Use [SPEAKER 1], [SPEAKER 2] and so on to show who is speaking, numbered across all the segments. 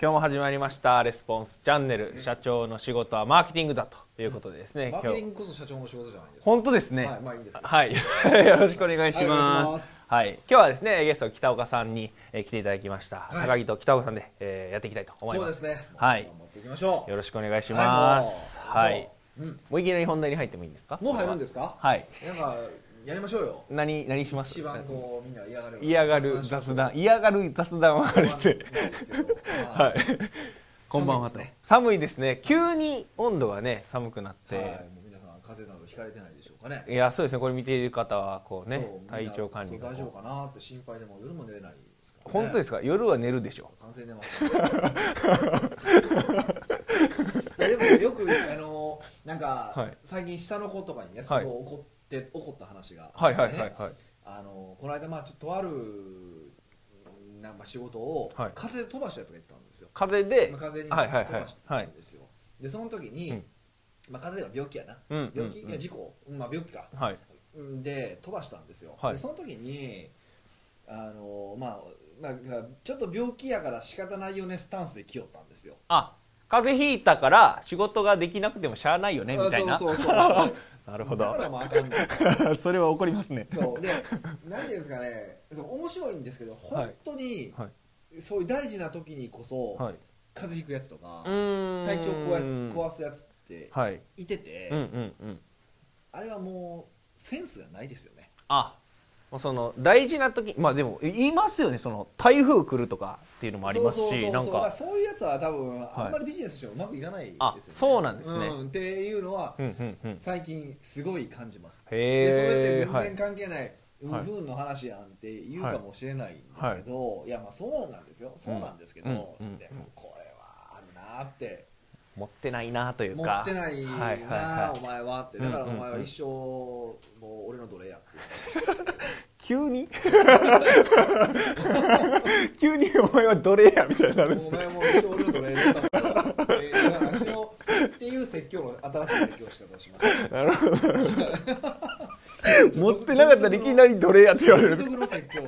[SPEAKER 1] 今日も始まりました「レスポンスチャンネル」社長の仕事はマーケティングだということでですね、
[SPEAKER 2] マーケ
[SPEAKER 1] 今
[SPEAKER 2] ティ
[SPEAKER 1] 日
[SPEAKER 2] ングこそ社長の仕事じゃないですか。
[SPEAKER 1] 本当ですね
[SPEAKER 2] はいまあいいんですけど
[SPEAKER 1] はい、 よろしくお願いし
[SPEAKER 2] はいお願い
[SPEAKER 1] ま
[SPEAKER 2] し
[SPEAKER 1] す,、はい、
[SPEAKER 2] ます
[SPEAKER 1] 今日はですねゲスト北岡さんに、えー来ていただきました、
[SPEAKER 2] い
[SPEAKER 1] 高木と北岡さんで、えーやっていきたいと思い
[SPEAKER 2] そう
[SPEAKER 1] ま
[SPEAKER 2] ですすね。
[SPEAKER 1] はい
[SPEAKER 2] 頑張っていきましょう。
[SPEAKER 1] よろしくお願いしますは
[SPEAKER 2] はいい
[SPEAKER 1] も
[SPEAKER 2] も
[SPEAKER 1] う,、
[SPEAKER 2] う
[SPEAKER 1] いきなり本題に入ってもいいんですか
[SPEAKER 2] もう入るんですか。
[SPEAKER 1] はい
[SPEAKER 2] なんかやりましょうよ。
[SPEAKER 1] 何何します
[SPEAKER 2] 一番こうみんな嫌がる。
[SPEAKER 1] 嫌がる雑談嫌がる雑談はあれですね
[SPEAKER 2] なんですけど。
[SPEAKER 1] は、
[SPEAKER 2] はい
[SPEAKER 1] こんばんはと
[SPEAKER 2] 寒いですね
[SPEAKER 1] 寒いですね急に温度がね寒くなっ
[SPEAKER 2] い。
[SPEAKER 1] て、
[SPEAKER 2] はい。もう皆さん風邪などひかれてないでしょうかね。
[SPEAKER 1] いやそうですねこれ見ている方はこうね
[SPEAKER 2] そうみんな
[SPEAKER 1] 体調管理が
[SPEAKER 2] そう大丈夫
[SPEAKER 1] こ
[SPEAKER 2] かなって心配でもう夜も寝れないですか
[SPEAKER 1] う
[SPEAKER 2] らね。
[SPEAKER 1] 本当ですか夜は寝るでしょ
[SPEAKER 2] 完成出ます、 いやでもよくあのなんか、
[SPEAKER 1] はい
[SPEAKER 2] 最近下の子とかにねす
[SPEAKER 1] は
[SPEAKER 2] ご
[SPEAKER 1] い
[SPEAKER 2] い怒って、怒った話があ
[SPEAKER 1] は
[SPEAKER 2] っ
[SPEAKER 1] い
[SPEAKER 2] て
[SPEAKER 1] はいはい
[SPEAKER 2] ね
[SPEAKER 1] はい
[SPEAKER 2] あのこの間まあちょっととあるなんか仕事を、
[SPEAKER 1] はい
[SPEAKER 2] 風で飛ばしたやつがいたんですよ
[SPEAKER 1] 風で
[SPEAKER 2] まあ風に飛
[SPEAKER 1] はいはいはい
[SPEAKER 2] ばしたんですよ、でその時に、
[SPEAKER 1] うん
[SPEAKER 2] まあ、風邪が病気やな、
[SPEAKER 1] うん
[SPEAKER 2] 病気、
[SPEAKER 1] うん
[SPEAKER 2] いや事故、まあ、病気か、
[SPEAKER 1] はい
[SPEAKER 2] で飛ばしたんですよ、
[SPEAKER 1] はい
[SPEAKER 2] でその時にあの、まあ、なんかちょっと病気やから仕方ないよねスタンスで来よったんですよ
[SPEAKER 1] あ風邪ひいたから仕事ができなくてもしゃあないよねみたいな
[SPEAKER 2] あそうそうそうな
[SPEAKER 1] なるほ
[SPEAKER 2] だ
[SPEAKER 1] ど
[SPEAKER 2] からもうあかんねん
[SPEAKER 1] それは怒りますね
[SPEAKER 2] そうで何ていうんですかねそう面白いんですけど本当に、
[SPEAKER 1] はい
[SPEAKER 2] そういう大事な時にこそ、
[SPEAKER 1] はい
[SPEAKER 2] 風邪ひくやつとか
[SPEAKER 1] うーん
[SPEAKER 2] 体調壊す壊すやつって
[SPEAKER 1] はい
[SPEAKER 2] いてて、
[SPEAKER 1] うんうんうん
[SPEAKER 2] あれはもうセンスがないですよね
[SPEAKER 1] あもうその大事な時まあでも言いますよねその台風来るとかっていうのもあります
[SPEAKER 2] そうそうそう
[SPEAKER 1] し
[SPEAKER 2] そう
[SPEAKER 1] なん
[SPEAKER 2] まあ
[SPEAKER 1] か
[SPEAKER 2] そういうやつは多分
[SPEAKER 1] い
[SPEAKER 2] あんまりビジネスしてもうまくいかないですよね、
[SPEAKER 1] あそうなんですね
[SPEAKER 2] んっていうのは
[SPEAKER 1] うんうんうん
[SPEAKER 2] 最近すごい感じます、
[SPEAKER 1] へ
[SPEAKER 2] でそれ
[SPEAKER 1] え
[SPEAKER 2] って全然関係ない、
[SPEAKER 1] はい
[SPEAKER 2] うんふんの話やんって言うかもしれないんですけど、い、やまあそうなんですよそうなんですけど、
[SPEAKER 1] うんうん
[SPEAKER 2] でもこれはあるなって
[SPEAKER 1] 持ってないなという
[SPEAKER 2] 持
[SPEAKER 1] か
[SPEAKER 2] ってないな、
[SPEAKER 1] はいはいは
[SPEAKER 2] お
[SPEAKER 1] い、
[SPEAKER 2] 前はってだから
[SPEAKER 1] うん
[SPEAKER 2] お
[SPEAKER 1] うんうん
[SPEAKER 2] 前は一生もう俺の奴隷やって
[SPEAKER 1] 急に 急にお前は奴隷やみたいになるんです
[SPEAKER 2] お
[SPEAKER 1] ね
[SPEAKER 2] 前もう一生俺の奴隷だったからっていう話をっていう説教の新しい説教の仕方をしました
[SPEAKER 1] なるほ ど持ってなかったらいきなり奴隷やって言われ
[SPEAKER 2] 独
[SPEAKER 1] る
[SPEAKER 2] 特の説教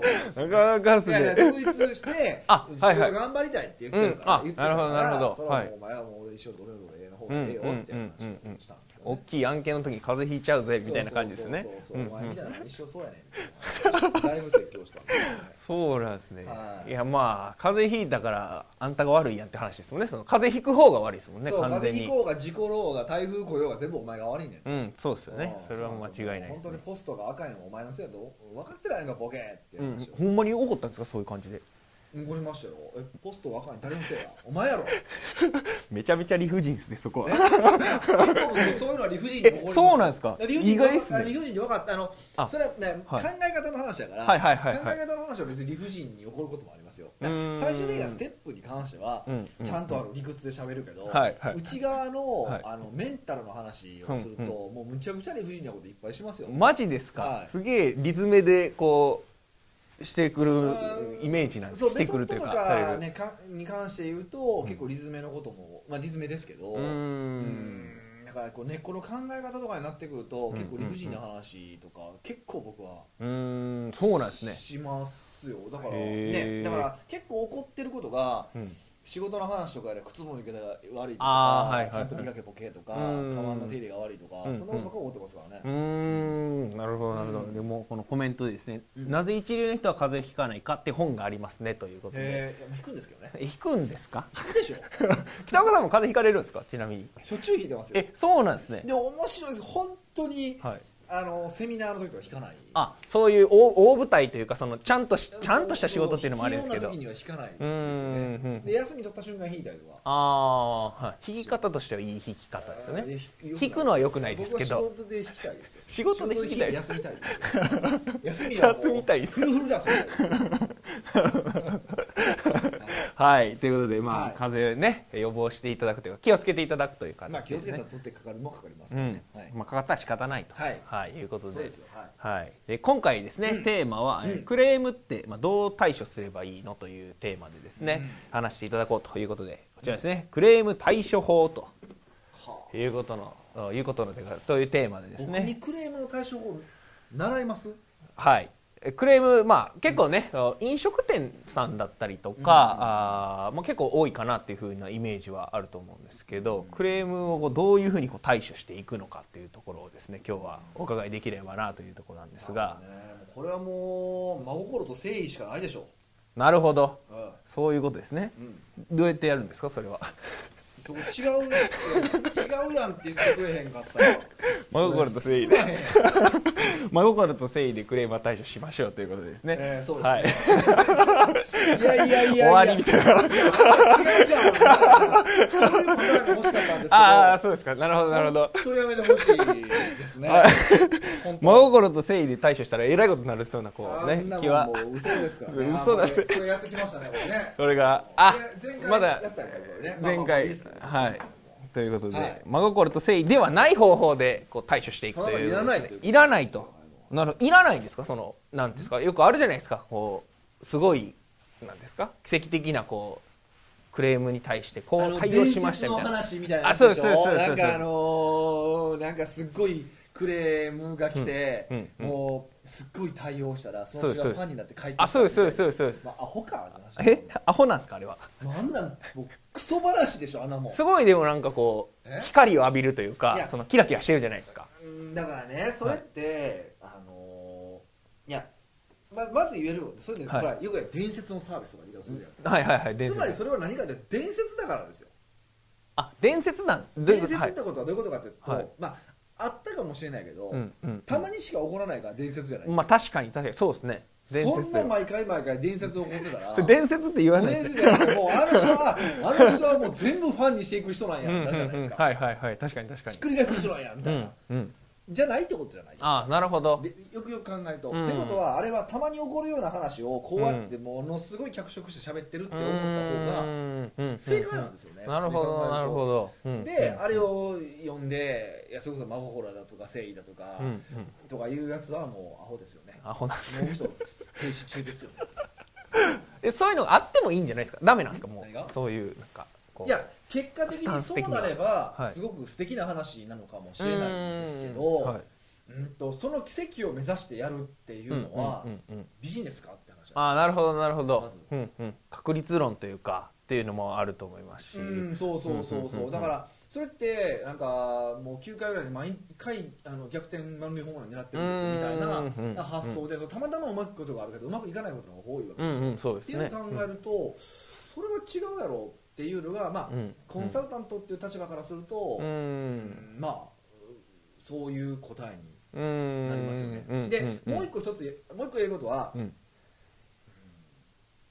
[SPEAKER 1] なかなかです
[SPEAKER 2] いやいや
[SPEAKER 1] ね
[SPEAKER 2] 独立して
[SPEAKER 1] あ
[SPEAKER 2] 自
[SPEAKER 1] はい
[SPEAKER 2] 分
[SPEAKER 1] はい
[SPEAKER 2] が頑張りたいって言ってるから、
[SPEAKER 1] うんあ
[SPEAKER 2] 言ってるか
[SPEAKER 1] なる
[SPEAKER 2] ら
[SPEAKER 1] ほどなるほど
[SPEAKER 2] それはも
[SPEAKER 1] はいう
[SPEAKER 2] お前はもう俺一生どれどれの方がええよっていう話をしたんですよ、
[SPEAKER 1] 大
[SPEAKER 2] ね
[SPEAKER 1] きい案件の時に風邪ひいちゃうぜみたいな感じですね
[SPEAKER 2] そうそう
[SPEAKER 1] う
[SPEAKER 2] そ
[SPEAKER 1] ん
[SPEAKER 2] う
[SPEAKER 1] う
[SPEAKER 2] そうお前み
[SPEAKER 1] ん
[SPEAKER 2] たいなの一生そうやねんみたいな話だいぶ説教したんですよね
[SPEAKER 1] そうなんですね
[SPEAKER 2] はい
[SPEAKER 1] いやまあ風邪ひいたからあんたが悪いやんって話ですもんねその風邪ひく方が悪いですもんね
[SPEAKER 2] そう
[SPEAKER 1] 完
[SPEAKER 2] 風
[SPEAKER 1] 全
[SPEAKER 2] 邪
[SPEAKER 1] に
[SPEAKER 2] ひこうが事故ろうが台風来ようが全部お前が悪いねん
[SPEAKER 1] うんそうですよね
[SPEAKER 2] う
[SPEAKER 1] そ
[SPEAKER 2] ん
[SPEAKER 1] れは間違いない
[SPEAKER 2] そうそ
[SPEAKER 1] です
[SPEAKER 2] う本当に
[SPEAKER 1] ね
[SPEAKER 2] ポストが赤いのもお前のせいだと分かってないのかボケって
[SPEAKER 1] うん
[SPEAKER 2] 話を、
[SPEAKER 1] ほんまに怒ったんですかそういう感じで
[SPEAKER 2] 怒りましたよえポストが赤いの誰のせいだお前やろ
[SPEAKER 1] めちゃめちゃ理不尽ですねそこは
[SPEAKER 2] そういうのは理不尽に怒りま
[SPEAKER 1] え
[SPEAKER 2] す
[SPEAKER 1] そうなんですか
[SPEAKER 2] 理不尽
[SPEAKER 1] 意
[SPEAKER 2] に
[SPEAKER 1] 外っすね
[SPEAKER 2] 理不尽に分かったあの
[SPEAKER 1] あ
[SPEAKER 2] それはね、
[SPEAKER 1] はい
[SPEAKER 2] 考え方の話だから、
[SPEAKER 1] はいはいはいはい
[SPEAKER 2] 考え方の話は別に理不尽に起こることもありますよ
[SPEAKER 1] うーん
[SPEAKER 2] 最終的なステップに関しては、
[SPEAKER 1] うん
[SPEAKER 2] ちゃんとあの理屈で喋るけど、
[SPEAKER 1] はいはい
[SPEAKER 2] 内側の,、
[SPEAKER 1] はい
[SPEAKER 2] あのメンタルの話をすると、
[SPEAKER 1] うん
[SPEAKER 2] もうむちゃくちゃ理不尽なこといっぱいしますよ、
[SPEAKER 1] マジですか、
[SPEAKER 2] はい
[SPEAKER 1] すげえリズムでこうしてくる
[SPEAKER 2] あー
[SPEAKER 1] イメージなんです
[SPEAKER 2] そう
[SPEAKER 1] し
[SPEAKER 2] メ
[SPEAKER 1] て
[SPEAKER 2] ソ
[SPEAKER 1] く
[SPEAKER 2] ッ
[SPEAKER 1] ると
[SPEAKER 2] ド
[SPEAKER 1] いう
[SPEAKER 2] と
[SPEAKER 1] かされ
[SPEAKER 2] か,、
[SPEAKER 1] る、
[SPEAKER 2] ね、かに関して言うと、結構リズメのことも、まあ、リズメですけど
[SPEAKER 1] うー
[SPEAKER 2] うんんだからこう根っこの考え方とかになってくると、
[SPEAKER 1] ん
[SPEAKER 2] 結構理不尽な話とか、結構僕は
[SPEAKER 1] うーんそうなんですね
[SPEAKER 2] しますよだから
[SPEAKER 1] へー
[SPEAKER 2] ねだから結構怒ってることが
[SPEAKER 1] うん
[SPEAKER 2] 仕事の話とかで靴も抜けたら悪いとか、
[SPEAKER 1] あーはいはい
[SPEAKER 2] ちゃんと磨けボケとか、
[SPEAKER 1] うん
[SPEAKER 2] カバンの手入れが悪いとか、
[SPEAKER 1] うん
[SPEAKER 2] そんなことばっかり怒ってますからね、
[SPEAKER 1] うーんなるほどなるほど、
[SPEAKER 2] うん
[SPEAKER 1] でもこのコメントでですね、
[SPEAKER 2] うん
[SPEAKER 1] なぜ一流の人は風邪ひかないかって本がありますねということで
[SPEAKER 2] へえ引くんですけどね
[SPEAKER 1] えひくんですか
[SPEAKER 2] 引くでしょ
[SPEAKER 1] 北岡さんも風邪ひかれるんですかちなみに
[SPEAKER 2] しょっちゅう引いてますよ
[SPEAKER 1] えそうなんですね
[SPEAKER 2] でも面白いです本当に、
[SPEAKER 1] はい
[SPEAKER 2] あのセミナーの時とか引かない
[SPEAKER 1] あそういう大大舞台というかそのちゃんとしちゃんとした仕事っていうのもあるんですけど
[SPEAKER 2] 必要な時には引かないですよ
[SPEAKER 1] うんうんう
[SPEAKER 2] ね
[SPEAKER 1] ん
[SPEAKER 2] で休み取った瞬間引いたりとか
[SPEAKER 1] ああ、はい、弾き方としてはいい弾き方ですよね。
[SPEAKER 2] ね
[SPEAKER 1] 引くのは良くないですけど
[SPEAKER 2] 僕は仕事で引きたいですよ
[SPEAKER 1] 仕事で引きたいです
[SPEAKER 2] 仕事で引いて 休みたいですよ休みはもう
[SPEAKER 1] 休みたいです
[SPEAKER 2] フルフルで遊びたいですよ
[SPEAKER 1] はい、ということで、まあ、
[SPEAKER 2] はい
[SPEAKER 1] 風邪ね、予防していただくというか、気をつけていただくという感
[SPEAKER 2] まあ
[SPEAKER 1] じ
[SPEAKER 2] 気
[SPEAKER 1] で
[SPEAKER 2] を
[SPEAKER 1] す
[SPEAKER 2] つ
[SPEAKER 1] ね。
[SPEAKER 2] けたら取ってかかるもかかります
[SPEAKER 1] う
[SPEAKER 2] からね
[SPEAKER 1] ん、
[SPEAKER 2] はい
[SPEAKER 1] まあ、かかったら仕方ないと、
[SPEAKER 2] はい
[SPEAKER 1] はい、いうこと
[SPEAKER 2] そう
[SPEAKER 1] で
[SPEAKER 2] です。よはい
[SPEAKER 1] はい、で今回ですね、
[SPEAKER 2] うん
[SPEAKER 1] テーマは、えー
[SPEAKER 2] うん
[SPEAKER 1] クレームって、まあ、どう対処すればいいのというテーマでですね、話していただこうということでこちらですね、クレーム対処法と
[SPEAKER 2] はあ
[SPEAKER 1] いうことのあいうことのというかというテーマでです
[SPEAKER 2] 僕
[SPEAKER 1] ね
[SPEAKER 2] にクレームの対処法習います
[SPEAKER 1] はいえクレーム、まあ、結構ね、あの飲食店さんだったりとか、あーまあ、結構多いかなっていうふうなイメージはあると思うんですけど、クレームをこうどういうふうにこう対処していくのかっていうところをですね今日はお伺いできればなというところなんですが、
[SPEAKER 2] ねこれはもう真心と誠意しかないでしょ
[SPEAKER 1] なるほど
[SPEAKER 2] う、うん
[SPEAKER 1] そういうことですね
[SPEAKER 2] うん
[SPEAKER 1] どうやってやるんですかそれは
[SPEAKER 2] そこ違うねって違うやんって言ってくれへんかったら
[SPEAKER 1] 真心と誠意
[SPEAKER 2] で
[SPEAKER 1] で、 真心と誠意でクレームは対処しましょうということですね、
[SPEAKER 2] えーそうですね
[SPEAKER 1] はい、
[SPEAKER 2] いやいやいやい
[SPEAKER 1] 終
[SPEAKER 2] や
[SPEAKER 1] わりみたいな
[SPEAKER 2] や違うじゃんそれでも答えが欲しかったんですけど
[SPEAKER 1] ああそうですかなるほどなるほど
[SPEAKER 2] 本当にやめてほしいですね
[SPEAKER 1] はい
[SPEAKER 2] 本当
[SPEAKER 1] 真心と誠意で対処したらえらいことになりそうなこう
[SPEAKER 2] あ
[SPEAKER 1] ね
[SPEAKER 2] んなも
[SPEAKER 1] 気
[SPEAKER 2] ん
[SPEAKER 1] は
[SPEAKER 2] もう嘘ですからね
[SPEAKER 1] 嘘だし
[SPEAKER 2] あーこれこれやってきましたねこれね
[SPEAKER 1] それがあ
[SPEAKER 2] で前回
[SPEAKER 1] まだ
[SPEAKER 2] やったんやけどねまあ
[SPEAKER 1] 前
[SPEAKER 2] まあまあいい
[SPEAKER 1] 回
[SPEAKER 2] ですけど
[SPEAKER 1] はいということで、
[SPEAKER 2] はい
[SPEAKER 1] 真心と誠意ではない方法でこう対処していく
[SPEAKER 2] そん
[SPEAKER 1] と
[SPEAKER 2] なの
[SPEAKER 1] いう
[SPEAKER 2] いらないということです
[SPEAKER 1] いらないとなるほどいらないんですかそのなんていうんですかよくあるじゃないですかこうすごいなんですか奇跡的なこうクレームに対してこ
[SPEAKER 2] あ
[SPEAKER 1] う
[SPEAKER 2] の
[SPEAKER 1] 対応しましたみ
[SPEAKER 2] 伝
[SPEAKER 1] たい
[SPEAKER 2] 説
[SPEAKER 1] な
[SPEAKER 2] の話みたいな
[SPEAKER 1] あ
[SPEAKER 2] やつでしょ
[SPEAKER 1] そうですそうですそう
[SPEAKER 2] な
[SPEAKER 1] んです
[SPEAKER 2] かあのーなんかすっごいクレームが来て、
[SPEAKER 1] うんうんうん
[SPEAKER 2] もうすっごい対応したらその人
[SPEAKER 1] そう
[SPEAKER 2] が
[SPEAKER 1] です
[SPEAKER 2] ファンになって帰ってきた
[SPEAKER 1] あそうですそうですそうですそうです
[SPEAKER 2] まあ、アホかあの話
[SPEAKER 1] えアホなんですかあれは
[SPEAKER 2] なんなんもうクソ話でしょあんなもん
[SPEAKER 1] すごいでもなんかこう
[SPEAKER 2] え
[SPEAKER 1] 光を浴びるという
[SPEAKER 2] い
[SPEAKER 1] か
[SPEAKER 2] や
[SPEAKER 1] そのキラキラしてるじゃないですか
[SPEAKER 2] うんだからねそれって、あのーいやままず言えるもんそういうの、
[SPEAKER 1] はい
[SPEAKER 2] ほらよくや伝説のサービスとか言い方するじゃないですか、
[SPEAKER 1] はいはいはい伝
[SPEAKER 2] つまり
[SPEAKER 1] 説
[SPEAKER 2] それは何かって伝説だからですよ
[SPEAKER 1] あ伝説なん
[SPEAKER 2] 伝説
[SPEAKER 1] は
[SPEAKER 2] っ
[SPEAKER 1] い
[SPEAKER 2] てことはどういうことかっていうと、
[SPEAKER 1] はい
[SPEAKER 2] まああったかもしれないけど、
[SPEAKER 1] うんうん
[SPEAKER 2] たまにしか起こらないから伝説じゃない、
[SPEAKER 1] まあ確かに確かにそうですね伝
[SPEAKER 2] そ
[SPEAKER 1] 説
[SPEAKER 2] んな毎回毎回伝説起こってたら
[SPEAKER 1] それ伝説って言わない
[SPEAKER 2] 伝
[SPEAKER 1] です
[SPEAKER 2] 説じゃなくてもうあの人はあの人はもう全部ファンにしていく人なんや
[SPEAKER 1] うんうん
[SPEAKER 2] なるじゃないで
[SPEAKER 1] う
[SPEAKER 2] す
[SPEAKER 1] ん
[SPEAKER 2] か、
[SPEAKER 1] はいはいはい確かに確か
[SPEAKER 2] ひ
[SPEAKER 1] に
[SPEAKER 2] っくり返す人なんやみ
[SPEAKER 1] う
[SPEAKER 2] たいな、
[SPEAKER 1] んうん
[SPEAKER 2] じゃないってことじゃない
[SPEAKER 1] ああなるほど
[SPEAKER 2] でよくよく考えると、
[SPEAKER 1] うん
[SPEAKER 2] ってことはあれはたまに起こるような話をこうやってものすごい脚色して喋ってるって
[SPEAKER 1] う
[SPEAKER 2] 思った方が、
[SPEAKER 1] んうん
[SPEAKER 2] 正解なんですよね
[SPEAKER 1] なるほ
[SPEAKER 2] 普通に考え
[SPEAKER 1] ど
[SPEAKER 2] ると
[SPEAKER 1] なるほどうん
[SPEAKER 2] で、
[SPEAKER 1] うん
[SPEAKER 2] あれを読んでいやそれこそ真心だとか誠意だとか、
[SPEAKER 1] うんうん
[SPEAKER 2] とかいうやつはもうアホですよね
[SPEAKER 1] アホなんです
[SPEAKER 2] 脳みそ停止中 ですよね
[SPEAKER 1] えそういうのがあってもいいんじゃないですかダメなんですかも
[SPEAKER 2] 何
[SPEAKER 1] う
[SPEAKER 2] が
[SPEAKER 1] そういうなんかこう
[SPEAKER 2] いや結果的
[SPEAKER 1] スタ
[SPEAKER 2] に
[SPEAKER 1] ンス
[SPEAKER 2] そ
[SPEAKER 1] 的
[SPEAKER 2] う
[SPEAKER 1] に
[SPEAKER 2] なれば、
[SPEAKER 1] はい
[SPEAKER 2] すごく素敵な話なのかもし
[SPEAKER 1] うん
[SPEAKER 2] れないんですけど
[SPEAKER 1] はい
[SPEAKER 2] うんとその奇跡を目指してやるっていうのは、
[SPEAKER 1] うんうんうんうん
[SPEAKER 2] ビジネスかって話
[SPEAKER 1] ああなるほどなるほ
[SPEAKER 2] ま
[SPEAKER 1] ど
[SPEAKER 2] ず
[SPEAKER 1] うんうん確率論というかっていうのもあると思いますし
[SPEAKER 2] うん、そうそうそうそう,、
[SPEAKER 1] うんうんうんうん
[SPEAKER 2] だからそれってなんかもう9回ぐらいで毎回あの逆転満塁ホームラン狙ってるんですよみたいな
[SPEAKER 1] うんうんうん
[SPEAKER 2] 発想で、たまたまうまくいくことがあるけどうまくいかないことが多いわけ
[SPEAKER 1] う
[SPEAKER 2] で
[SPEAKER 1] んうんそうですす
[SPEAKER 2] よ、
[SPEAKER 1] ね
[SPEAKER 2] っていうのを考えると、それは違うやろっていうのが、まあ
[SPEAKER 1] うん
[SPEAKER 2] コンサルタントっていう立場からすると、
[SPEAKER 1] うんうん
[SPEAKER 2] まあそういう答えに
[SPEAKER 1] うん
[SPEAKER 2] なりますよね、
[SPEAKER 1] うん
[SPEAKER 2] で、
[SPEAKER 1] ん
[SPEAKER 2] もう一個一つもう一個言えることは、
[SPEAKER 1] うん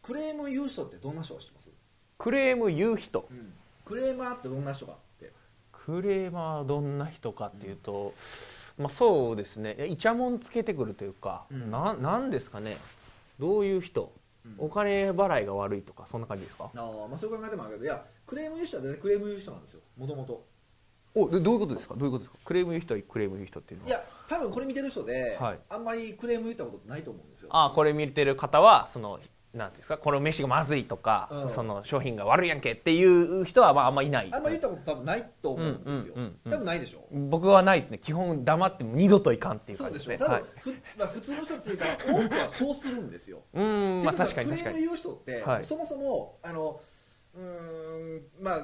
[SPEAKER 2] クレーム言う人ってどんな人がしてます、
[SPEAKER 1] クレーム言う人
[SPEAKER 2] クレーマーってどんな人がって
[SPEAKER 1] クレーマーはどんな人かっていうと、まあ、そうですねいやイチャモンつけてくるというか、
[SPEAKER 2] うん
[SPEAKER 1] ななんですかねどういう人、
[SPEAKER 2] うん
[SPEAKER 1] お金払いが悪いとかそんな感じですか
[SPEAKER 2] あーまあ、そういう考えでもあるけどいやクレーム言う人は、ね、クレーム言う人なんですよもともと
[SPEAKER 1] おでどういうことですかどういうことですかクレーム言う人はクレーム言う人っていうのはい
[SPEAKER 2] や多分これ見てる人で、
[SPEAKER 1] はい
[SPEAKER 2] あんまりクレーム言ったことってないと思うんですよ
[SPEAKER 1] ああこれ見てる方はそのなんていうんですかこの飯がまずいとか、
[SPEAKER 2] うん
[SPEAKER 1] その商品が悪いやんけっていう人はまああんまいない
[SPEAKER 2] あんまり言ったこと多分ないと思うんですよ、
[SPEAKER 1] うんうんうんうん
[SPEAKER 2] 多分ないでしょ
[SPEAKER 1] 僕はないですね基本黙っても二度といかんっていう
[SPEAKER 2] そう
[SPEAKER 1] 感じ
[SPEAKER 2] で
[SPEAKER 1] で
[SPEAKER 2] し
[SPEAKER 1] すね
[SPEAKER 2] ょ、多分、
[SPEAKER 1] はい、
[SPEAKER 2] ふ まあ、普通の人っていうか多くはそうするんですよ
[SPEAKER 1] うーんまあ
[SPEAKER 2] ってことは
[SPEAKER 1] 確かに確か
[SPEAKER 2] クレーム
[SPEAKER 1] に
[SPEAKER 2] 言う人って、
[SPEAKER 1] はい
[SPEAKER 2] そもそもあのうーんまあ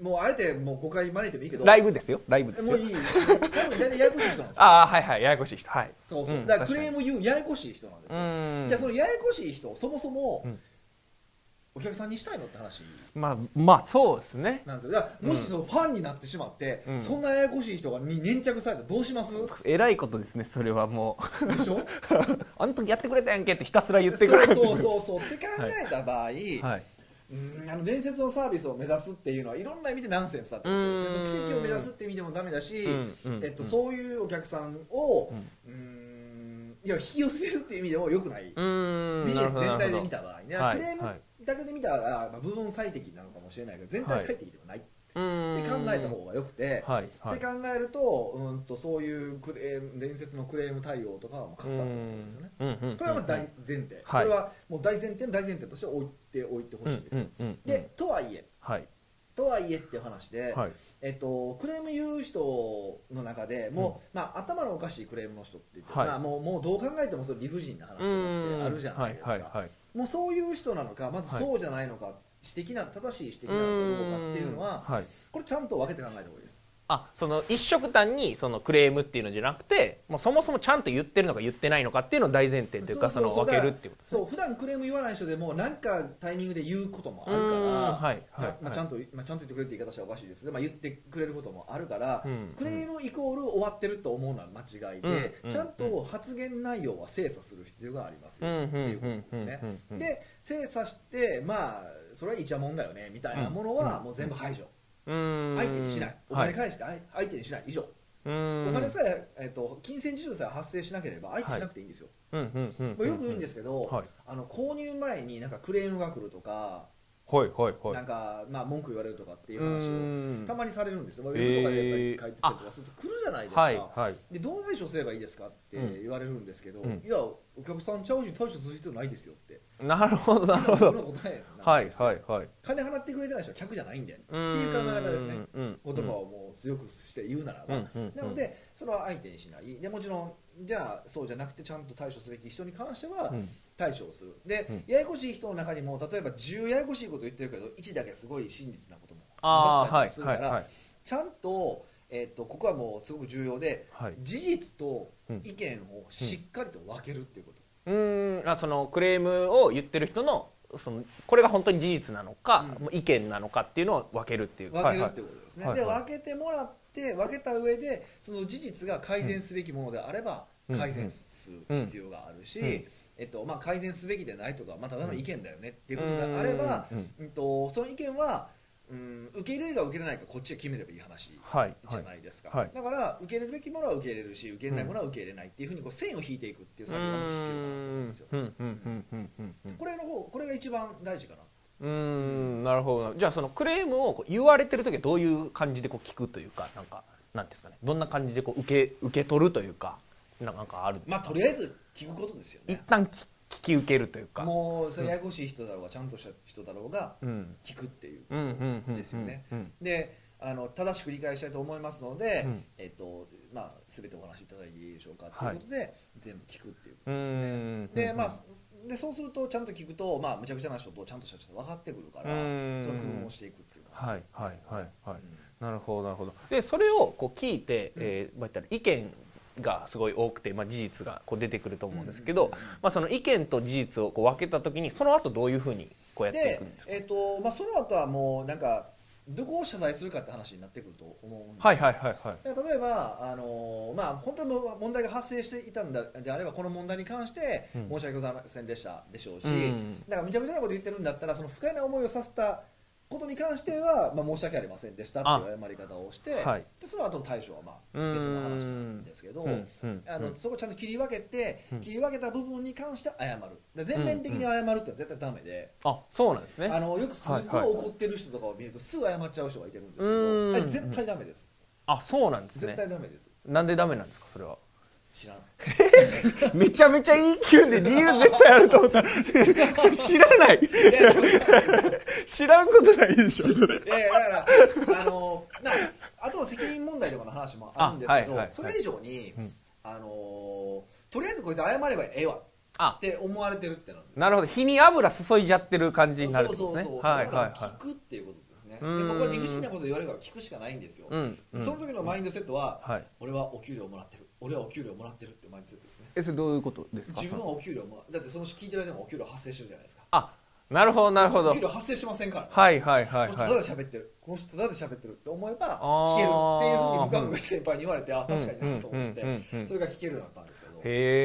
[SPEAKER 2] もうあえてもう誤解招いてもいいけど
[SPEAKER 1] ライブですよライブです
[SPEAKER 2] も
[SPEAKER 1] よ
[SPEAKER 2] ういい多分大体ややこしい人なんですよ
[SPEAKER 1] ああはいはいややこしい人はい
[SPEAKER 2] そうそう、
[SPEAKER 1] うん
[SPEAKER 2] だからク
[SPEAKER 1] 確か
[SPEAKER 2] レ
[SPEAKER 1] に
[SPEAKER 2] ーム言うややこしい人なんですよ、
[SPEAKER 1] うん
[SPEAKER 2] じゃあそのややこしい人そもそも、
[SPEAKER 1] うん
[SPEAKER 2] お客さんにしたいのって話
[SPEAKER 1] まあまあそうですね
[SPEAKER 2] なんですよだからもしそのファンになってしまって、
[SPEAKER 1] うん
[SPEAKER 2] そんなややこしい人がに粘着されたらどう します
[SPEAKER 1] えらいことですねそれはもう
[SPEAKER 2] でしょ
[SPEAKER 1] あの時やってくれたやんけってひたすら言ってくれるんです
[SPEAKER 2] そうそうそうそうって考えた場合、
[SPEAKER 1] はい
[SPEAKER 2] うんあの伝説のサービスを目指すっていうのはいろんな意味でナンセンスだってことですね
[SPEAKER 1] うん
[SPEAKER 2] その奇跡を目指すって意味でもダメだし、
[SPEAKER 1] うんうん
[SPEAKER 2] えっと、
[SPEAKER 1] うん
[SPEAKER 2] そういうお客さんを、
[SPEAKER 1] ん
[SPEAKER 2] うんいや引き寄せるっていう意味でもよくない、
[SPEAKER 1] うーん
[SPEAKER 2] ビジネス
[SPEAKER 1] なる
[SPEAKER 2] 全
[SPEAKER 1] ほど
[SPEAKER 2] 体で見た場合ね、
[SPEAKER 1] はい
[SPEAKER 2] クレー
[SPEAKER 1] は
[SPEAKER 2] ムだけで見たら、まあ、部分最適なのかもしれないけど全体最適ではないって
[SPEAKER 1] うーん
[SPEAKER 2] 考えた方がよくて、
[SPEAKER 1] はいは
[SPEAKER 2] っ
[SPEAKER 1] い
[SPEAKER 2] て考えるとうんとそういうクレーム伝説のクレーム対応とかはもうカスタムだと思うんですよね。
[SPEAKER 1] うーんうんうんうん
[SPEAKER 2] これはまあ大前提、
[SPEAKER 1] はい
[SPEAKER 2] これはもう大前提の大前提として置いておいてほしいんですよ。
[SPEAKER 1] うんうんうんうん
[SPEAKER 2] でとはいえ
[SPEAKER 1] はい
[SPEAKER 2] とはいえっていう話で、
[SPEAKER 1] はい
[SPEAKER 2] えっと、クレーム言う人の中でもう、まあ、頭のおかしいクレームの人って言って、
[SPEAKER 1] はい
[SPEAKER 2] まあ、もうもうどう考えてもそれ理不尽な話とかってあるじゃないですか、
[SPEAKER 1] はいはいはい
[SPEAKER 2] もうそういう人なのかまずそうじゃないのか、指摘な正しい指摘なのかどうかっていうのは、
[SPEAKER 1] はい、
[SPEAKER 2] これちゃんと分けて考えた方がいいです。
[SPEAKER 1] あその一色単にそのクレームっていうのじゃなくてもうそもそもちゃんと言ってるのか言ってないのかっていうのを大前提というかそう
[SPEAKER 2] う
[SPEAKER 1] の分けるっていうことですね
[SPEAKER 2] そう普段クレーム言わない人でもなんかタイミングで言うこともあるから、
[SPEAKER 1] うーんはい
[SPEAKER 2] ちゃん
[SPEAKER 1] はい
[SPEAKER 2] まあ、ちゃんと、まあ、ちゃんと言ってくれるって言い方はおかしいですけど、まあ、言ってくれることもあるから、
[SPEAKER 1] うん
[SPEAKER 2] クレームイコール終わってると思うのは間違いで、
[SPEAKER 1] うん
[SPEAKER 2] ちゃんと発言内容は精査する必要がありますよっていうことですね
[SPEAKER 1] うんうんうんうんうん
[SPEAKER 2] で精査してまあそれはいちゃもんだよねみたいなものはもう全部排除、
[SPEAKER 1] うーん
[SPEAKER 2] 相手にしないお金
[SPEAKER 1] はい
[SPEAKER 2] 返してあい相手にしない以上、
[SPEAKER 1] うーん
[SPEAKER 2] お金さえ、えっと金銭授受さえ発生しなければ相手しなくていいんですよ、
[SPEAKER 1] うんうんうん
[SPEAKER 2] まあ、よく言うんですけど、
[SPEAKER 1] はい
[SPEAKER 2] あの購入前になんかクレームが来るとか、
[SPEAKER 1] はいはいはい
[SPEAKER 2] なんか、まあ、文句言われるとかっていう
[SPEAKER 1] う
[SPEAKER 2] 話を
[SPEAKER 1] ーん
[SPEAKER 2] たまにされるんですよ、まあウ
[SPEAKER 1] へ
[SPEAKER 2] ェブ
[SPEAKER 1] ー
[SPEAKER 2] とかでやっぱり書いてたりとかすると来るじゃないですか、
[SPEAKER 1] はいはい
[SPEAKER 2] でどう対処すればいいですかって
[SPEAKER 1] うん
[SPEAKER 2] 言われるんですけど、
[SPEAKER 1] うん
[SPEAKER 2] いや、お客さんちゃうし、対処する必要ないですよ って、
[SPEAKER 1] なるほどなるほ
[SPEAKER 2] そ
[SPEAKER 1] ど
[SPEAKER 2] んな答えな
[SPEAKER 1] は
[SPEAKER 2] ん
[SPEAKER 1] い
[SPEAKER 2] ですよ
[SPEAKER 1] はいはい
[SPEAKER 2] 金払ってくれてない人は客じゃないんでって
[SPEAKER 1] うーん
[SPEAKER 2] いう考え方ですね。
[SPEAKER 1] うん
[SPEAKER 2] 言葉をもう強くして言うならば、
[SPEAKER 1] うんうんうん
[SPEAKER 2] なので、それは相手にしない、でもちろん、じゃあそうじゃなくて、ちゃんと対処すべき人に関しては、
[SPEAKER 1] うん
[SPEAKER 2] 対処をするで、
[SPEAKER 1] うん
[SPEAKER 2] ややこしい人の中にも例えば10ややこしいこと言ってるけど1だけすごい真実なことも
[SPEAKER 1] あ
[SPEAKER 2] っ
[SPEAKER 1] あ
[SPEAKER 2] た
[SPEAKER 1] は
[SPEAKER 2] り
[SPEAKER 1] い
[SPEAKER 2] するか
[SPEAKER 1] はい
[SPEAKER 2] ら、
[SPEAKER 1] はい
[SPEAKER 2] ちゃんと,、えっとここはもうすごく重要で、
[SPEAKER 1] はい
[SPEAKER 2] 事実と
[SPEAKER 1] うん
[SPEAKER 2] 意見をしっかりと分けるっていうこと、
[SPEAKER 1] うーんあそのクレームを言ってる人のそのこれが本当に事実なのか、
[SPEAKER 2] うん
[SPEAKER 1] もう意見なのかっていうのを分けるっていう
[SPEAKER 2] 分けるっていうことですね、
[SPEAKER 1] はいはい
[SPEAKER 2] で分けてもらって分けた上でその事実が改善すべきものであれば
[SPEAKER 1] うん
[SPEAKER 2] 改善する必要があるし、
[SPEAKER 1] うんうん
[SPEAKER 2] えっとまあ、改善すべきでないとか、まあ、ただの意見だよねっていうことがあれば、
[SPEAKER 1] うんうん
[SPEAKER 2] うんとその意見は、うん、受け入れるか受け入れないかこっちで決めればいい話
[SPEAKER 1] はい
[SPEAKER 2] じ
[SPEAKER 1] は
[SPEAKER 2] ゃ
[SPEAKER 1] い
[SPEAKER 2] ないですか、
[SPEAKER 1] はい
[SPEAKER 2] だから受け入れるべきものは受け入れるし受け入れないものは受け入れないっていうふうにこう線を引いていくっていう
[SPEAKER 1] う
[SPEAKER 2] 作業が必要だと思うん
[SPEAKER 1] ん
[SPEAKER 2] ですよ
[SPEAKER 1] うんうんうんうんうんうん
[SPEAKER 2] これの方これが一番大事かな
[SPEAKER 1] うーんなるほどじゃあそのクレームをこう言われてる時はどういう感じでこう聞くというかなんかなんていうんですかねどんな感じでこう受け受け取るというかなんかあるんですか
[SPEAKER 2] まあとりあえず聞くことですよ
[SPEAKER 1] 一
[SPEAKER 2] ね
[SPEAKER 1] 旦聞聞き受けるというか
[SPEAKER 2] もうそれややこしい人だろうがちゃんとした人だろうが
[SPEAKER 1] うん
[SPEAKER 2] 聞くっていう
[SPEAKER 1] うんうんうんうん
[SPEAKER 2] ですよね
[SPEAKER 1] うん
[SPEAKER 2] であの正しく理解したいと思いますので、
[SPEAKER 1] うん
[SPEAKER 2] えっとまあ、全てお話しいただいていいでしょうかということで、全部聞くっていう
[SPEAKER 1] うーん
[SPEAKER 2] で,、ま
[SPEAKER 1] う
[SPEAKER 2] あ、でそうするとちゃんと聞くと、まあ、むちゃくちゃな人とちゃんとした人が分かってくるか
[SPEAKER 1] う
[SPEAKER 2] ら
[SPEAKER 1] ん
[SPEAKER 2] その工夫をしていくっていうか、
[SPEAKER 1] はいはいはいはい
[SPEAKER 2] うん
[SPEAKER 1] なるほどなるほどでそれをこう聞いて、
[SPEAKER 2] うん
[SPEAKER 1] えーまあ、言ったら意見がすごい多くて、まあ、事実がこう出てくると思うんですけど、
[SPEAKER 2] うんうんうん
[SPEAKER 1] まあ、その意見と事実をこう分けた時にその後どういうふうにこうやってい
[SPEAKER 2] で
[SPEAKER 1] くんですか
[SPEAKER 2] えっとまあ、その後はもうなんかどこを謝罪するかって話になってくると思うんですよ
[SPEAKER 1] はいはいはいはい
[SPEAKER 2] だから例えば、あのまあ、本当にもう問題が発生していたんだであればこの問題に関して
[SPEAKER 1] うん
[SPEAKER 2] 申し訳ございませんでしたでしょうし、
[SPEAKER 1] うん
[SPEAKER 2] だからむちゃくちゃなこと言ってるんだったらその不快な思いをさせたことに関しては、まあ、申し訳ありませんでしたっていう謝り方をして、
[SPEAKER 1] はい
[SPEAKER 2] でその後の対処はまあ
[SPEAKER 1] うん
[SPEAKER 2] 別の話なんですけど、
[SPEAKER 1] うんうん
[SPEAKER 2] あ
[SPEAKER 1] う
[SPEAKER 2] の
[SPEAKER 1] ん
[SPEAKER 2] そこをちゃんと切り分けて、
[SPEAKER 1] うん
[SPEAKER 2] 切り分けた部分に関して謝るで全面的に謝るってのは絶対ダメで。
[SPEAKER 1] あそうなんですね
[SPEAKER 2] あのよくすっごい
[SPEAKER 1] はいはい
[SPEAKER 2] 怒ってる人とかを見るとすぐ謝っちゃう人がいてるんですけ
[SPEAKER 1] う
[SPEAKER 2] ど
[SPEAKER 1] ん
[SPEAKER 2] あれ絶対ダメです
[SPEAKER 1] あそうなんです
[SPEAKER 2] 絶
[SPEAKER 1] ね
[SPEAKER 2] 対ダメです
[SPEAKER 1] なんでダメなんですかそれは
[SPEAKER 2] 知らん
[SPEAKER 1] めちゃめちゃ EQ で理由絶対あると思った 知らない
[SPEAKER 2] いやいやい
[SPEAKER 1] 知らんことないでしょそれ
[SPEAKER 2] やだからあのなあとの責任問題とかの話もあるんですけど、
[SPEAKER 1] あはいはい
[SPEAKER 2] それ以上に、
[SPEAKER 1] うん
[SPEAKER 2] あのとりあえずこいつ謝ればええわ
[SPEAKER 1] あ
[SPEAKER 2] って思われてるってなるんです
[SPEAKER 1] なるほど火に油注いじゃってる感じになるんですね
[SPEAKER 2] そうそうそう、
[SPEAKER 1] はい
[SPEAKER 2] だ
[SPEAKER 1] はい
[SPEAKER 2] から
[SPEAKER 1] は
[SPEAKER 2] 聞くっていうことですね
[SPEAKER 1] うん
[SPEAKER 2] で僕は理不尽なこと言われるから聞くしかないんですよ、
[SPEAKER 1] いうん、うん
[SPEAKER 2] その時のマインドセットは、
[SPEAKER 1] はい
[SPEAKER 2] 俺はお給料もらってる俺はお給料もらってるってマインドセットですね
[SPEAKER 1] えそれどういうことですか
[SPEAKER 2] 自分
[SPEAKER 1] そ
[SPEAKER 2] は
[SPEAKER 1] の
[SPEAKER 2] お給料もらだってその聞いてる間もお給料発生してるじゃないですか
[SPEAKER 1] あなるほどなるほ
[SPEAKER 2] お
[SPEAKER 1] ど
[SPEAKER 2] 給料発生しませんから、
[SPEAKER 1] はいはいはい
[SPEAKER 2] この人ただ
[SPEAKER 1] は
[SPEAKER 2] で喋ってるこの人ただで喋ってるって思えば
[SPEAKER 1] あー
[SPEAKER 2] 聞けるっていうふうに僕は昔先輩に言われてあ確かになと思っ
[SPEAKER 1] うんうん
[SPEAKER 2] て
[SPEAKER 1] うんうん
[SPEAKER 2] それが聞けるようになったんですけど
[SPEAKER 1] いへ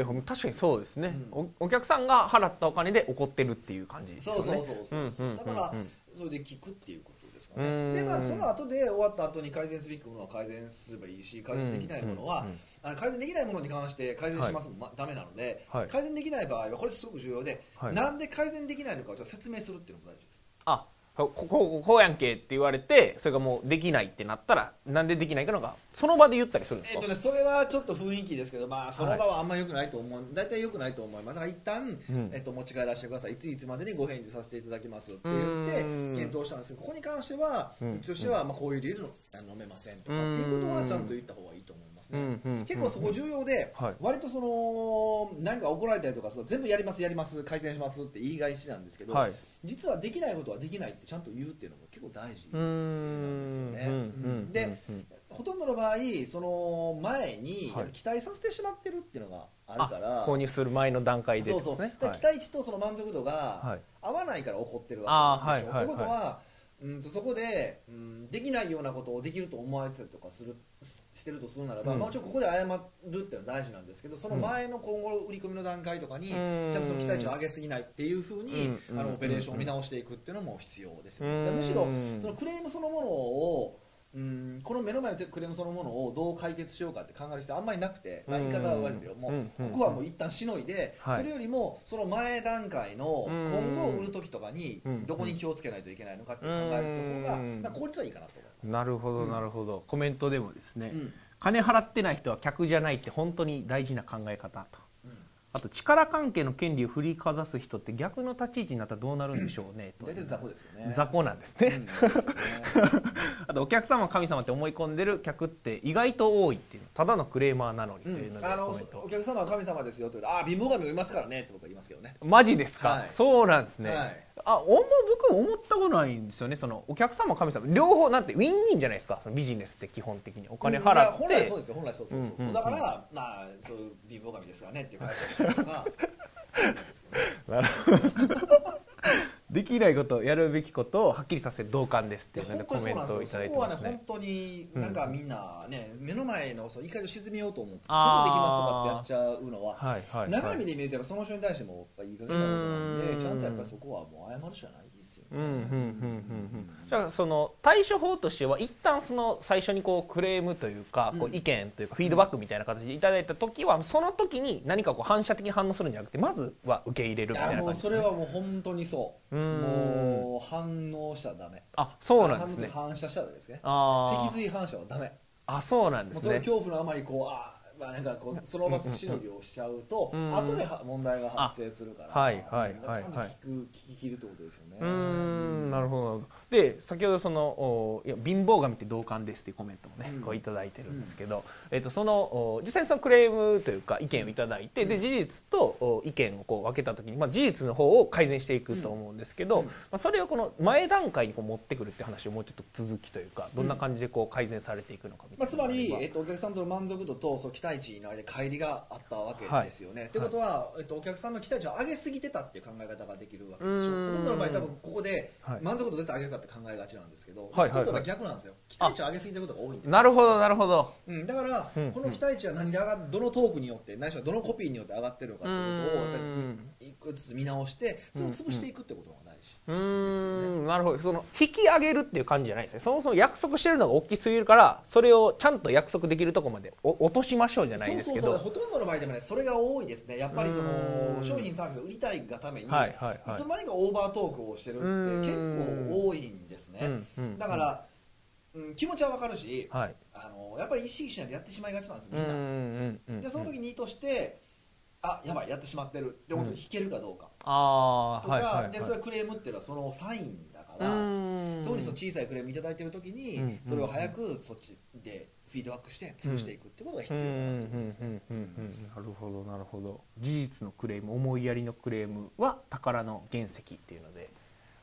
[SPEAKER 1] え確かにそうですね、おお客さんが払ったお金で怒ってるっていう感じですよ
[SPEAKER 2] そう
[SPEAKER 1] ね
[SPEAKER 2] そうそうそうそう、
[SPEAKER 1] んんん
[SPEAKER 2] だからそれで聞くっていうことですか
[SPEAKER 1] う
[SPEAKER 2] ね
[SPEAKER 1] ん
[SPEAKER 2] でまあその後で終わった後に改善すべきものは改善すればいいし改善できないものは、
[SPEAKER 1] うんうん
[SPEAKER 2] あの改善できないものに関して改善しますも、まダメなので、
[SPEAKER 1] はい
[SPEAKER 2] 改善できない場合はこれすごく重要で、
[SPEAKER 1] はい
[SPEAKER 2] なんで改善できないのかをちょっと説明するっていうのも大事です
[SPEAKER 1] あこここうこうやんけって言われてそれがもうできないってなったらなんでできないかのがその場で言ったりするんです
[SPEAKER 2] え
[SPEAKER 1] か、
[SPEAKER 2] っとね、それはちょっと雰囲気ですけど、まあ、その場はあんまり良くないと思う、大体良くないと思います、だから一旦、
[SPEAKER 1] うん
[SPEAKER 2] えっと持ち帰らせてください、いついつまでにご返事させていただきますって言っ
[SPEAKER 1] うん
[SPEAKER 2] て、検討したんですけど、ここに関しては、
[SPEAKER 1] うん
[SPEAKER 2] うちとしては、まあ、こういう理由でのあの飲めませんとかっていうことは、ちゃんと言った方がいいと思います
[SPEAKER 1] う
[SPEAKER 2] ね。
[SPEAKER 1] んうん
[SPEAKER 2] 結構そこ重要で
[SPEAKER 1] はい、
[SPEAKER 2] 割とその、なんか怒られたりとか、その全部やります、やります、改善しますって言い返しなんですけど、
[SPEAKER 1] はい
[SPEAKER 2] 実はできないことはできないってちゃんと言うっていうのも結構大事
[SPEAKER 1] うー
[SPEAKER 2] なんですよ
[SPEAKER 1] ん
[SPEAKER 2] ね。
[SPEAKER 1] うんうん
[SPEAKER 2] うんで
[SPEAKER 1] うん
[SPEAKER 2] ほとんどの場合その前に
[SPEAKER 1] はい
[SPEAKER 2] 期待させてしまってるっていうのがある
[SPEAKER 1] あ
[SPEAKER 2] から、
[SPEAKER 1] 購入する前の段階で
[SPEAKER 2] そ
[SPEAKER 1] で
[SPEAKER 2] うそう
[SPEAKER 1] すね
[SPEAKER 2] だ
[SPEAKER 1] は
[SPEAKER 2] か
[SPEAKER 1] い
[SPEAKER 2] ら期待値とその満足度
[SPEAKER 1] は
[SPEAKER 2] が
[SPEAKER 1] い
[SPEAKER 2] 合わないから怒ってるわけでしょ、
[SPEAKER 1] あーはいはい
[SPEAKER 2] ということは、うん、とそこで、うん、できないようなことをできると思われてたりとかするししてるとするならば、
[SPEAKER 1] うん
[SPEAKER 2] まあ、ちょっとここで謝るっていうのは大事なんですけどその前の今後の売り込みの段階とかに、
[SPEAKER 1] うん
[SPEAKER 2] ちゃんとその期待値を上げすぎないっていうふうに、
[SPEAKER 1] うん
[SPEAKER 2] あ
[SPEAKER 1] う
[SPEAKER 2] の
[SPEAKER 1] ん
[SPEAKER 2] オペレーションを見直していくっていうのも必要ですよね。
[SPEAKER 1] うん
[SPEAKER 2] だからむしろそのクレームそのものをうん、この目の前のクレームそのものをどう解決しようかって考える人はあんまりなくて、まあ、言い方は悪いですよ、
[SPEAKER 1] うん
[SPEAKER 2] もう
[SPEAKER 1] うん
[SPEAKER 2] ここはもう一旦しのいで、
[SPEAKER 1] はい
[SPEAKER 2] それよりもその前段階の
[SPEAKER 1] うん
[SPEAKER 2] 今後売る時とかに
[SPEAKER 1] うん
[SPEAKER 2] どこに気をつけないといけないのかっていう考えるところが
[SPEAKER 1] うん
[SPEAKER 2] まあ効率はいいかなと思います。
[SPEAKER 1] なるほどなるほど、コメントでもですね、
[SPEAKER 2] うん
[SPEAKER 1] 金払ってない人は客じゃないって本当に大事な考え方とあと力関係の権利を振りかざす人って逆の立ち位置になったらどうなるんでしょうねと
[SPEAKER 2] 大体雑魚ですよね。
[SPEAKER 1] 雑魚なんですね、
[SPEAKER 2] うんそうですよね
[SPEAKER 1] あとお客様を神様って思い込んでる客って意外と多いっていうただのクレーマーなのにという
[SPEAKER 2] う
[SPEAKER 1] の
[SPEAKER 2] ん
[SPEAKER 1] でコ
[SPEAKER 2] あの
[SPEAKER 1] メン
[SPEAKER 2] そお
[SPEAKER 1] ト、
[SPEAKER 2] 客様は神様ですよと言うと、ああ、貧乏神もいますからねって僕は言いますけどね。
[SPEAKER 1] マジですか、
[SPEAKER 2] はい
[SPEAKER 1] そうなんですね、
[SPEAKER 2] はい
[SPEAKER 1] あおも僕思ったことないんですよねそのお客様神様両方なんてウィンウィンじゃないですかそのビジネスって基本的にお金
[SPEAKER 2] うんいや
[SPEAKER 1] 払っ
[SPEAKER 2] 本来
[SPEAKER 1] て、
[SPEAKER 2] そうですよ本来そうそうそう
[SPEAKER 1] うんうんうん
[SPEAKER 2] だからまあそういう貧乏神ですからねっていう会社をしたりとか
[SPEAKER 1] なるほど できないことやるべきことをはっきりさせて同感 ですって
[SPEAKER 2] で
[SPEAKER 1] いうので
[SPEAKER 2] 本当
[SPEAKER 1] コ
[SPEAKER 2] にそ
[SPEAKER 1] メ
[SPEAKER 2] う
[SPEAKER 1] ン
[SPEAKER 2] なん
[SPEAKER 1] トを
[SPEAKER 2] で
[SPEAKER 1] い
[SPEAKER 2] す
[SPEAKER 1] ただいてますね
[SPEAKER 2] よそこはね本当になんかみんなね目の前のその怒りを沈めようと思ってゼロ
[SPEAKER 1] あー
[SPEAKER 2] できますとかってやっちゃうのは
[SPEAKER 1] はいはい、はい、
[SPEAKER 2] 長い目で見るとやっぱその人に対してもやっぱいい加減なことなん
[SPEAKER 1] う
[SPEAKER 2] で
[SPEAKER 1] ん
[SPEAKER 2] ちゃんとやっぱりそこはもう謝るしかないですよ
[SPEAKER 1] うん
[SPEAKER 2] ね
[SPEAKER 1] うんうんうんうんじゃあその対処法としては一旦その最初にこうクレームというかこ
[SPEAKER 2] う
[SPEAKER 1] うん意見というかフィードバックみたいな形でいただいた時はその時に何かこう反射的に反応するんじゃなくてまずは受け入れる
[SPEAKER 2] い
[SPEAKER 1] みたい
[SPEAKER 2] や
[SPEAKER 1] な
[SPEAKER 2] も
[SPEAKER 1] 感
[SPEAKER 2] う
[SPEAKER 1] じ
[SPEAKER 2] それはもう本当にそう
[SPEAKER 1] うん
[SPEAKER 2] もう反応したらダメ
[SPEAKER 1] あそうなんですね
[SPEAKER 2] 反射したらですね
[SPEAKER 1] あ
[SPEAKER 2] 脊
[SPEAKER 1] ー
[SPEAKER 2] 髄反射はダメ
[SPEAKER 1] あそうなんで
[SPEAKER 2] も
[SPEAKER 1] す
[SPEAKER 2] うその
[SPEAKER 1] ね
[SPEAKER 2] 恐怖のあまりこうあーまあなんか こうその場しのぎをしちゃうと
[SPEAKER 1] うん
[SPEAKER 2] 後では問題が発生するから
[SPEAKER 1] あはいはい
[SPEAKER 2] まあ
[SPEAKER 1] はいはい
[SPEAKER 2] 聞く聞き切るってことですよね
[SPEAKER 1] うーんなるほどなるほどで先ほどそのおいや貧乏神って同感ですっていうコメントもね、
[SPEAKER 2] うん
[SPEAKER 1] こういただいてるんですけど、えっとそのお実際にそのクレームというか意見をいただいて、で事実とお意見をこう分けた時に、まあ、事実の方を改善していくと思うんですけど、
[SPEAKER 2] うん
[SPEAKER 1] まあ、それをこの前段階にこう持ってくるって話をもうちょっと続きというかどんな感じでこう改善されていくのかみたい
[SPEAKER 2] まあ、
[SPEAKER 1] な
[SPEAKER 2] つ
[SPEAKER 1] のがあ
[SPEAKER 2] ま
[SPEAKER 1] れば、
[SPEAKER 2] り、えっと、お客さんとの満足度とその期待値の間で乖離があったわけですよね。と、い、うことは、えっと、お客さんの期待値を上げすぎてたっていう考え方ができるわけで
[SPEAKER 1] う
[SPEAKER 2] しょ
[SPEAKER 1] ーん
[SPEAKER 2] ほとんどの場合、多分ここで
[SPEAKER 1] はい
[SPEAKER 2] 満足度出て上げるかって考えがちなんですけど、
[SPEAKER 1] はいはいはい
[SPEAKER 2] ほとんどが逆なんですよ、期待値を上げすぎてることが多いんですよ
[SPEAKER 1] なるほどなるほど
[SPEAKER 2] うん、だから、
[SPEAKER 1] うん
[SPEAKER 2] この期待値は何で上がどのトークによってないしはどのコピーによって上がってるのか
[SPEAKER 1] う
[SPEAKER 2] っ
[SPEAKER 1] ー
[SPEAKER 2] ていうことをやっぱ
[SPEAKER 1] ん
[SPEAKER 2] り一個ずつ見直してそれを潰していくってことが大事、
[SPEAKER 1] うーんなるほどその引き上げるっていう感じじゃないですねそもそも約束してるのが大きすぎるからそれをちゃんと約束できるとこまでお落としましょうじゃないです
[SPEAKER 2] そう
[SPEAKER 1] け
[SPEAKER 2] そうそう
[SPEAKER 1] ど
[SPEAKER 2] ほとんどの場合でもねそれが多いですねやっぱりそうの
[SPEAKER 1] ん
[SPEAKER 2] 商品サービスを売りたいがために、
[SPEAKER 1] はいはいはい
[SPEAKER 2] いつの間にかオーバートークをしてるって結構多いんですね、
[SPEAKER 1] うんうん
[SPEAKER 2] だから、うん、気持ちはわかるし、
[SPEAKER 1] はい
[SPEAKER 2] あのやっぱり意識しないとやってしまいがちなんですよ
[SPEAKER 1] う
[SPEAKER 2] みんな、
[SPEAKER 1] んうんうん
[SPEAKER 2] でその時に意図してあやばいやってしまってるってことに引けるかどうか、
[SPEAKER 1] ああ
[SPEAKER 2] とか、
[SPEAKER 1] はいはいはい
[SPEAKER 2] でそれはクレームっていうのはそのサインだか
[SPEAKER 1] う
[SPEAKER 2] ら、
[SPEAKER 1] ーん
[SPEAKER 2] 特にその小さいクレームいただいてる時に、
[SPEAKER 1] うん
[SPEAKER 2] それを早くそっちでフィードバックして潰していくってことが必
[SPEAKER 1] うん
[SPEAKER 2] 要
[SPEAKER 1] うん
[SPEAKER 2] だなと思います
[SPEAKER 1] うんう
[SPEAKER 2] ね。
[SPEAKER 1] んうんうんなるほどなるほど事実のクレーム思いやりのクレームは宝の原石っていうので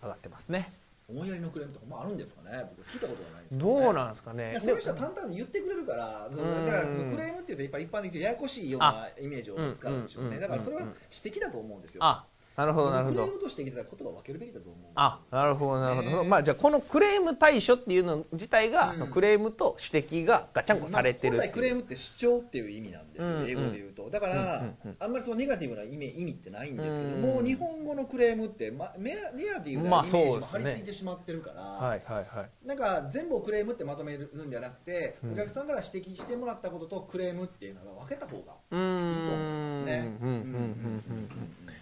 [SPEAKER 1] 上がってますね
[SPEAKER 2] 思いやりのクレームとかもあるんですかね僕聞いたことがないんですけね
[SPEAKER 1] どうなんですか
[SPEAKER 2] い
[SPEAKER 1] ね
[SPEAKER 2] やそういう人は淡々に言ってくれるから、だから
[SPEAKER 1] うん
[SPEAKER 2] そのクレームっていうとやっぱ一般的にややこしいようなイメージを使うんでしょう
[SPEAKER 1] うんうんうんうん
[SPEAKER 2] ねだからそれは指摘だと思うんですよ
[SPEAKER 1] あなるほどなるほ
[SPEAKER 2] クレ
[SPEAKER 1] ど
[SPEAKER 2] ームとして言ってたら言葉を分けるべきだと思う
[SPEAKER 1] あなるほどなるほど、
[SPEAKER 2] ね
[SPEAKER 1] まあじゃあこのクレーム対処っていうの自体が、
[SPEAKER 2] うん
[SPEAKER 1] そのクレームと指摘がガチャンコされてる
[SPEAKER 2] ま
[SPEAKER 1] っ
[SPEAKER 2] あ
[SPEAKER 1] て
[SPEAKER 2] 本
[SPEAKER 1] いう
[SPEAKER 2] 来クレームって主張っていう意味なんですよ、
[SPEAKER 1] うん
[SPEAKER 2] 英語で言うとだから、
[SPEAKER 1] うんうん
[SPEAKER 2] あんまりそのネガティブな意味意味ってないんですけど、
[SPEAKER 1] うん
[SPEAKER 2] もう日本語のクレームって、ま、メラネガティブ
[SPEAKER 1] まあ
[SPEAKER 2] なイメージ
[SPEAKER 1] そう
[SPEAKER 2] も
[SPEAKER 1] です
[SPEAKER 2] 張
[SPEAKER 1] ね
[SPEAKER 2] り付いてしまってるから、
[SPEAKER 1] はいはいはい
[SPEAKER 2] なんか全部をクレームってまとめるんじゃなくて、
[SPEAKER 1] うん
[SPEAKER 2] お客さんから指摘してもらったこととクレームっていうのは分けた方が
[SPEAKER 1] うーん
[SPEAKER 2] いいと思いますね。
[SPEAKER 1] うんうんうんうん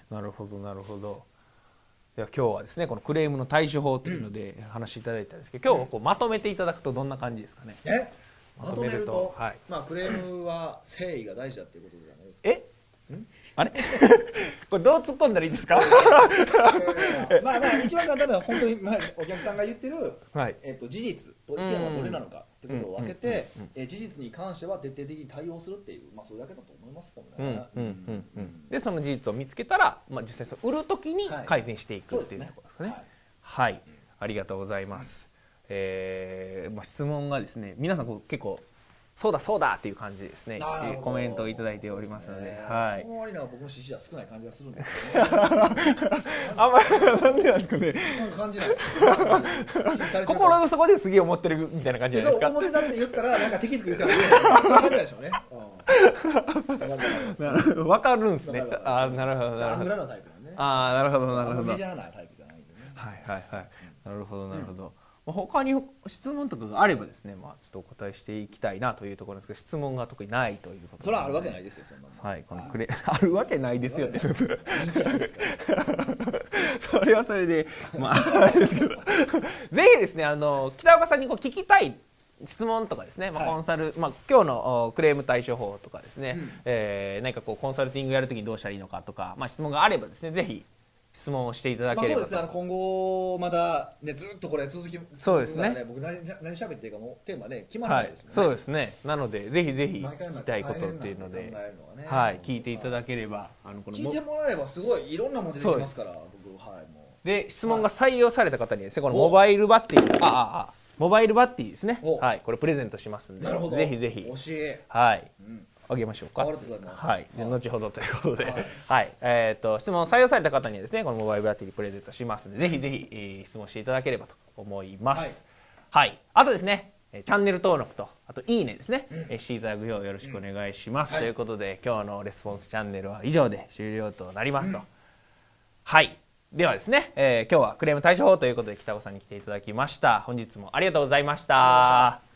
[SPEAKER 1] なるほどなるほどでは今日はですねこのクレームの対処法というので話していただいたんですけど、今日はこうまとめていただくとどんな感じですかね
[SPEAKER 2] え
[SPEAKER 1] ま
[SPEAKER 2] ま
[SPEAKER 1] と
[SPEAKER 2] と
[SPEAKER 1] め
[SPEAKER 2] め
[SPEAKER 1] る
[SPEAKER 2] る
[SPEAKER 1] と
[SPEAKER 2] と、
[SPEAKER 1] はい
[SPEAKER 2] まあ、クレームは誠意が大事だっていうことじゃないですか
[SPEAKER 1] えあれ これどう突っ込んだらいいです か
[SPEAKER 2] えーまあまあ一番簡単なのは本当に、まあ、お客さんが言ってる、
[SPEAKER 1] はい
[SPEAKER 2] えっと事実と意見はどれなのかってことを分けて
[SPEAKER 1] うんうんうんうん、
[SPEAKER 2] えー事実に関しては徹底的に対応するっていう、まあ、それだけだと思いますけど
[SPEAKER 1] うん
[SPEAKER 2] ね。
[SPEAKER 1] うんうんうんでその事実を見つけたら、まあ、実際その売る時に
[SPEAKER 2] はい
[SPEAKER 1] 改善していく
[SPEAKER 2] そう
[SPEAKER 1] って
[SPEAKER 2] です
[SPEAKER 1] いう
[SPEAKER 2] ね
[SPEAKER 1] ところですかねはい、ありがとうございます、えーまあ、質問がですね皆さんこう結構そうだそうだっていう感じでですね、え
[SPEAKER 2] なるほ
[SPEAKER 1] ー
[SPEAKER 2] ど
[SPEAKER 1] コメントをいただいておりますので
[SPEAKER 2] そうすね
[SPEAKER 1] はい
[SPEAKER 2] その割には僕の支持は少ない感じがするんですけど、ね、
[SPEAKER 1] あんまりなんでなんですかね
[SPEAKER 2] なんか感じない。なんか 支持されてる
[SPEAKER 1] 心の底ですげえ思ってるみたいな感じ
[SPEAKER 2] け
[SPEAKER 1] じゃない
[SPEAKER 2] ど
[SPEAKER 1] ですか
[SPEAKER 2] 表だって言ったらなんか敵作りそうな感じでしょうね。うんわかるわかる
[SPEAKER 1] なるほどわかるんですね
[SPEAKER 2] わかるわ
[SPEAKER 1] あ
[SPEAKER 2] か
[SPEAKER 1] ーなるほどなる
[SPEAKER 2] ア
[SPEAKER 1] ほ
[SPEAKER 2] ング
[SPEAKER 1] ど
[SPEAKER 2] ラなタイプなんでね。
[SPEAKER 1] あーなるほどなる
[SPEAKER 2] あ
[SPEAKER 1] ほ
[SPEAKER 2] の
[SPEAKER 1] ど
[SPEAKER 2] メジャーなタイプじゃないんでね。
[SPEAKER 1] はいはいはい、なるほどなるほど、まあ他に質問とかがあればですね、まあ、ちょっとお答えしていきたいなというところですけど質問が特にないということ
[SPEAKER 2] それはあるわけない
[SPEAKER 1] い
[SPEAKER 2] ですよ、そんなの。
[SPEAKER 1] はいこのクレあるわけないですよね
[SPEAKER 2] 人気なんですから
[SPEAKER 1] それはそれでまああれですけどぜひですねあの北岡さんにこう聞きたい質問とかですね、まあ、
[SPEAKER 2] はい
[SPEAKER 1] コンサル、まあ、今日のおクレーム対処法とかですね、
[SPEAKER 2] うん
[SPEAKER 1] えー何かこうコンサルティングやるときにどうしたらいいのかとか、まあ、質問があればですねぜひ質問をしていただ
[SPEAKER 2] まあ
[SPEAKER 1] け
[SPEAKER 2] そ
[SPEAKER 1] れ
[SPEAKER 2] う
[SPEAKER 1] ば
[SPEAKER 2] ですね、あの今後、まだ、ね、ずっとこれ続き、
[SPEAKER 1] そうですね
[SPEAKER 2] 続くから僕何、何しゃべっていいかもうテーマね、決まら
[SPEAKER 1] は
[SPEAKER 2] ない
[SPEAKER 1] い
[SPEAKER 2] です、もんね。
[SPEAKER 1] そうですね。なので、ぜひぜひ
[SPEAKER 2] 毎回
[SPEAKER 1] 聞
[SPEAKER 2] 毎
[SPEAKER 1] きた
[SPEAKER 2] 回
[SPEAKER 1] いことっていうので、
[SPEAKER 2] 大変なんで考えるのは
[SPEAKER 1] は
[SPEAKER 2] ね
[SPEAKER 1] い、聞いていただければ、あのこの
[SPEAKER 2] 聞いてもらえば、すごいいろんなもの出てきますから、僕、はい、も
[SPEAKER 1] で質問が採用された方にですね、このモバイルバッテリー、あああ、モバイルバッテリーですね。
[SPEAKER 2] お
[SPEAKER 1] はい、これプレゼントしますん
[SPEAKER 2] う。
[SPEAKER 1] で
[SPEAKER 2] なるほ、ど。
[SPEAKER 1] ぜひぜひ
[SPEAKER 2] 惜、しい。
[SPEAKER 1] はい、
[SPEAKER 2] うん。
[SPEAKER 1] あげましょう
[SPEAKER 2] あ
[SPEAKER 1] か
[SPEAKER 2] り。がとうございます。
[SPEAKER 1] はい、で
[SPEAKER 2] はい
[SPEAKER 1] 後ほどということで、は
[SPEAKER 2] はいい、
[SPEAKER 1] えっ、と質問採用された方にはですね、このモバイルバッテリープレゼントしますので、ぜひぜひ、えー質問していただければと思います。はい、あとですね、えーチャンネル登録とあといいねですね、えーしていただくようよろしくお願いします。
[SPEAKER 2] はい
[SPEAKER 1] ということで、今日のレスポンスチャンネルは以上で終了となりますと。はい。ではですね、えー今日はクレーム対処法ということで北尾さんに来ていただきました。本日もありがとうございました。